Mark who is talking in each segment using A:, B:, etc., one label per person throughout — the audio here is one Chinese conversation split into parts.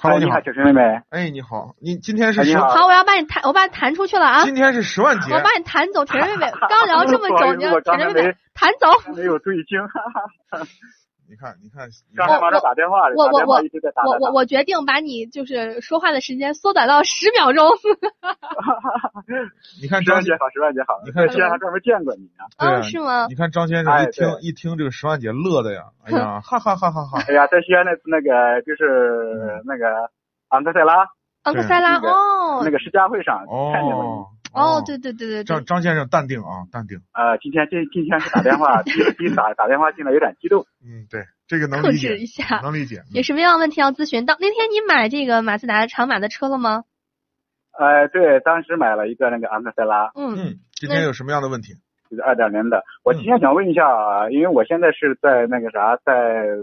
A: Hello，
B: 你
A: 你好，
B: 主持人妹妹。
A: 哎，你好，你今天是
B: 哎你
A: 十，
B: 好
C: 好，我要把你弹，我把你弹出去了啊！
A: 今天是十万节
C: 我，把你弹 走，铁人妹妹。刚聊这么
B: 不好
C: 久，
B: 意思
C: 你要
B: 我
C: 铁
B: 刚才
C: 人妹妹
B: 没
C: 弹走。
B: 没有注意听，
A: 你看，你看，你
B: 刚
A: 看
B: 才忙着打电话，
C: 我
B: 打
C: 我
B: 电话
C: 我
B: 一直在打打
C: 我我
B: 打。
C: 我决定把你就是说话的时间缩短到十秒钟。
A: 你看
B: 十
A: 张
B: 万
A: 先
B: 姐，好，十万姐好，哎
A: 你看
B: 之前还专门见过你呢。
A: 对
C: 哦，
A: 啊
C: 是吗？
A: 你看张先生
B: 哎
A: 一听
B: 对
A: 一听这个十万节，乐的呀，哎呀，哈哈哈哈 哈！
B: 哎呀，在西安的那个就是那
A: 嗯
B: 个昂克赛拉
C: 昂克赛拉
B: 对那个
C: 哦
B: 那个试驾会上看见过你。
A: 哦
C: 哦，对对对对对
A: 张，张先生淡定啊，淡定，
B: 呃，今天今今天是打电 话，第第一打打电话进来有点激动。
A: 嗯，对，这个能
C: 克
A: 理
C: 制一
A: 解，
B: 嗯
C: 下。
A: 能理解，
C: 有什么样的问题要咨询？到那天你买这个马自达长马的车了吗？
B: 呃，对，当时买了一个那个昂克赛拉，
C: 嗯，
A: 嗯，今天有什么样的问题？
B: 就是二点零的。
A: 嗯
B: 我今天想问一下啊，因为我现在是在那个啥，在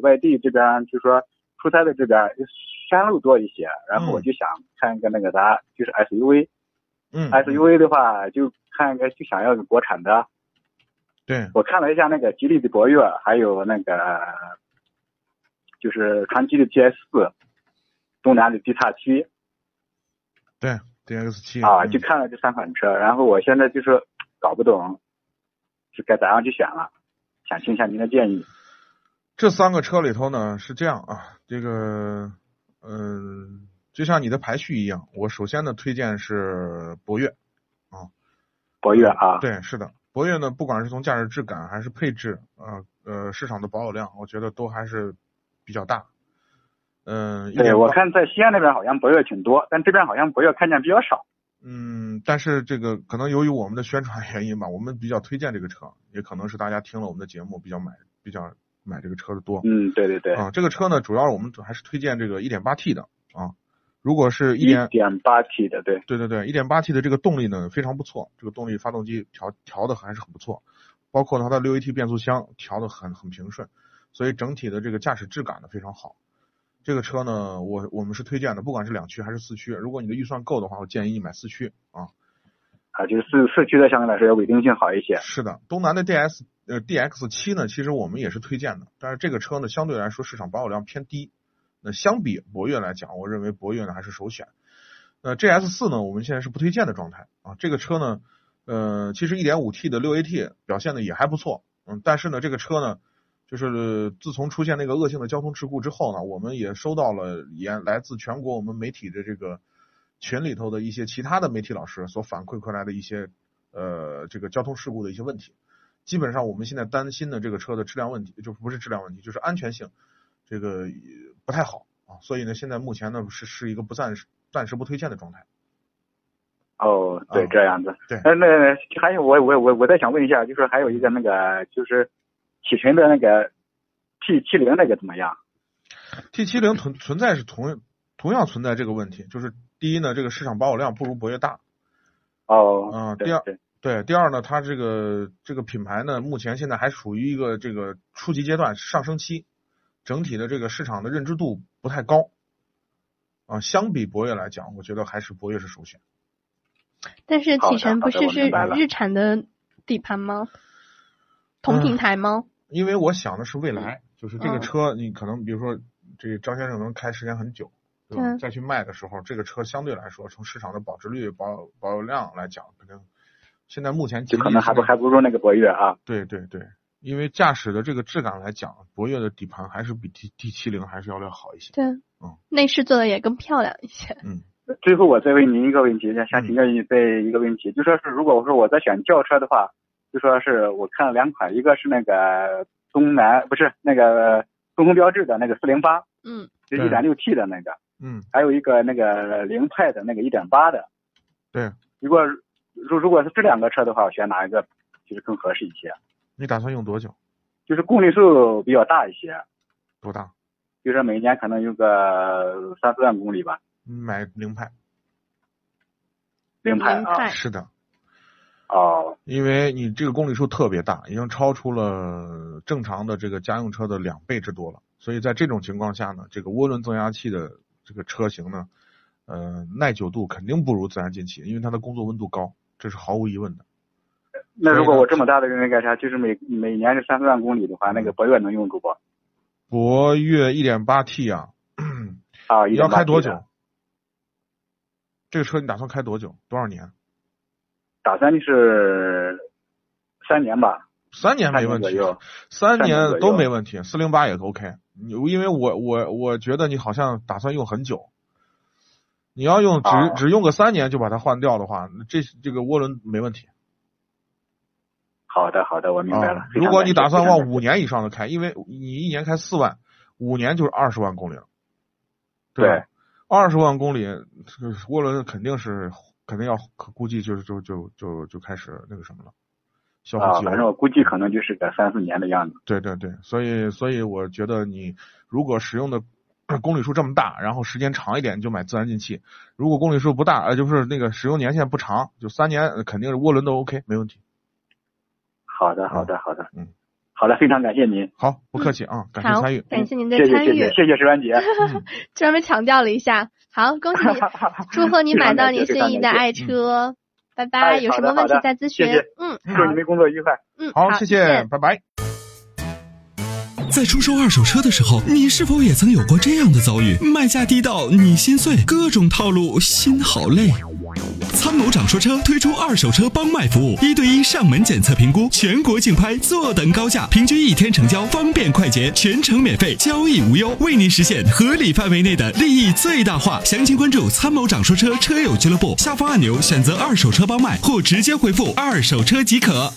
B: 外地这边，就说出差的这边山路多一些，然后我就想看一个那个啥，就是 SUV。
A: 嗯
B: SUV 的话，就看一个就想要个国产的。
A: 对，
B: 我看了一下那个吉利的博越，还有那个就是传祺的 GS 四，东南的 D 叉七
A: 对，D X 七嗯
B: 啊，就看了这三款车。然后我现在就是搞不懂，是该咋样去选了，想听一下您的建议。
A: 这三个车里头呢是这样啊，这个嗯、就像你的排序一样，我首先的推荐是博越，
B: 博越啊，
A: 对，是的，博越呢，不管是从驾驶质感还是配置，呃呃，市场的保有量，我觉得都还是比较大。嗯，一
B: 对
A: 点
B: 我
A: 八，
B: 看在西安那边好像博越挺多，但这边好像博越看见比较少。
A: 嗯，但是这个可能由于我们的宣传原因吧，我们比较推荐这个车，也可能是大家听了我们的节目比较买比较买这个车的多。
B: 嗯，对对对，
A: 啊，这个车呢，主要我们还是推荐这个 1.8T 的啊。如果是一
B: 一
A: 点
B: 点八 T 的，对，
A: 对对对，一点八 T 的这个动力呢非常不错，这个动力发动机调调的还是很不错，包括它的六 AT 变速箱调的很很平顺，所以整体的这个驾驶质感呢非常好。这个车呢，我我们是推荐的，不管是两驱还是四驱，如果你的预算够的话，我建议你买四驱啊。
B: 啊，就是四四驱的相对来说要稳定性好一些。
A: 是的，东南的 DS 呃 DX 七呢，其实我们也是推荐的，但是这个车呢相对来说市场保有量偏低，那相比博越来讲，我认为博越呢还是首选。那 GS 四呢，我们现在是不推荐的状态啊。这个车呢，呃，其实 1.5T 的 6AT 表现的也还不错，嗯，但是呢，这个车呢，就是、呃自从出现那个恶性的交通事故之后呢，我们也收到了也来自全国我们媒体的这个群里头的一些其他的媒体老师所反馈回来的一些呃这个交通事故的一些问题。基本上我们现在担心的这个车的质量问题，就不是质量问题，就是安全性这个呃不太好啊。所以呢，现在目前呢是是一个不暂时暂时不推荐的状态。
B: 哦，对，
A: 啊
B: 这样子。呃
A: 对
B: 那那还有我我我我再想问一下，就是还有一个那个就是启辰的那个 T 七零那个怎么样？
A: T 7 0存存在是同同样存在这个问题，就是第一呢，这个市场保有量不如博越大，
B: 哦，
A: 嗯
B: 对
A: 第二
B: 对，
A: 对，第二呢，它这个这个品牌呢，目前现在还属于一个这个初级阶段上升期，整体的这个市场的认知度不太高。啊，相比博越来讲，我觉得还是博越是首选。
C: 但是
B: 好
C: 启
B: 的
C: 辰
B: 好
C: 不
B: 的
C: 是
B: 我
C: 是
B: 明白了
C: 日产的底盘吗？
B: 嗯
C: 同平台吗？
A: 因为我想的是未来，就是这个
C: 嗯
A: 车，你可能比如说这个张先生能开时间很久，对吧？
C: 嗯
A: 再去卖的时候，这个车相对来说，从市场的保值率、保保有量来讲，肯定现在目前吉
B: 就
A: 利
B: 可能还不
A: 是
B: 还不如那个博越啊。
A: 对对对，因为驾驶的这个质感来讲，博越的底盘还是比 T T 七零还是要要好一些。
B: 嗯
C: 对，内饰做的也更漂亮一些。
A: 嗯，
B: 最后我再问您一个问题，想请教你再一个问题，就说是如果我说我在选轿车的话，就说是我看了两款，一个是那个东南不是那个东风标致的那个四零八，
C: 嗯，
B: 就
A: 对
B: 一点六 T 的那个，
A: 嗯，
B: 还有一个那个凌派的那个一点八的。
A: 对。
B: 如果如如果是这两个车的话，我选哪一个就是更合适一些？
A: 你打算用多久？
B: 就是公里数比较大一些，
A: 多大？
B: 比如说每年可能有个三四万公里吧。
A: 你买凌派？
B: 凌派
C: 凌
B: 啊
C: 派，
A: 是的，
B: 哦，
A: 因为你这个公里数特别大，已经超出了正常的这个家用车的两倍之多了。所以在这种情况下呢，这个涡轮增压器的这个车型呢，呃，耐久度肯定不如自然进气，因为它的工作温度高，这是毫无疑问的。
B: 那如果我这么大的那个啥，就是每每年是三四万公里的话，
A: 嗯
B: 那个博越能用住不？
A: 博越 1.8T 啊，
B: 啊，
A: 你要开多
B: 1.8T 的
A: 久？？这个车你打算开多久？多少年？
B: 打算就是三年吧，
A: 三年没
B: 三年
A: 问
B: 左
A: 题，
B: 右。
A: 三
B: 三年左
A: 年
B: 右
A: 都没问题，四零八也 OK。你因为我我我觉得你好像打算用很久，你要用只、
B: 啊
A: 只用个三年就把它换掉的话，这这个涡轮没问题。
B: 好的，好的，我明白了
A: 啊。。
B: 非常
A: 如果
B: 感
A: 你
B: 谢
A: 打算
B: 非常
A: 往
B: 感谢
A: 五年以上的开，因为你一年开四万，五年就是二十万公里了，
B: 对
A: 吧？二十万公里，这个涡轮肯定是肯定要估计就是就就就就开始那个什么了，消耗
B: 啊，
A: 机油
B: 反
A: 了。
B: 正我估计可能就是个三四年的样子。
A: 对对对，所以所以我觉得你如果使用的 公里数这么大，然后时间长一点，你就买自然进气；如果公里数不大，呃，就是那个使用年限不长，就三年，呃肯定是涡轮都 OK，没问题。
B: 好的，好的，好的，
A: 嗯，
B: 好的，非常感谢您，
A: 好，不客气啊，感谢
C: 好
A: 参与，。
C: 感谢您的
B: 谢谢，
C: 参
B: 谢
C: 与
B: 谢，，谢谢石 万姐，
A: 嗯
C: 专门强调了一下。好，恭喜 你， 祝贺你买到你心仪的爱车，拜拜。
B: 嗯哎
C: 有什
B: 好的
C: 么问题
B: 好的
C: 再咨询
B: 谢谢。
C: 嗯，
B: 祝你们工作愉快。
C: 嗯，
A: 好，谢谢，拜拜。
D: 在出售二手车的时候，你是否也曾有过这样的遭遇？卖价低到你心碎，各种套路，心好累。参谋长说车推出二手车帮卖服务，一对一上门检测评估，全国竞拍，坐等高价，平均一天成交，方便快捷，全程免费，交易无忧，为您实现合理范围内的利益最大化。详情关注参谋长说车车友俱乐部下方按钮，选择二手车帮卖或直接回复二手车即可。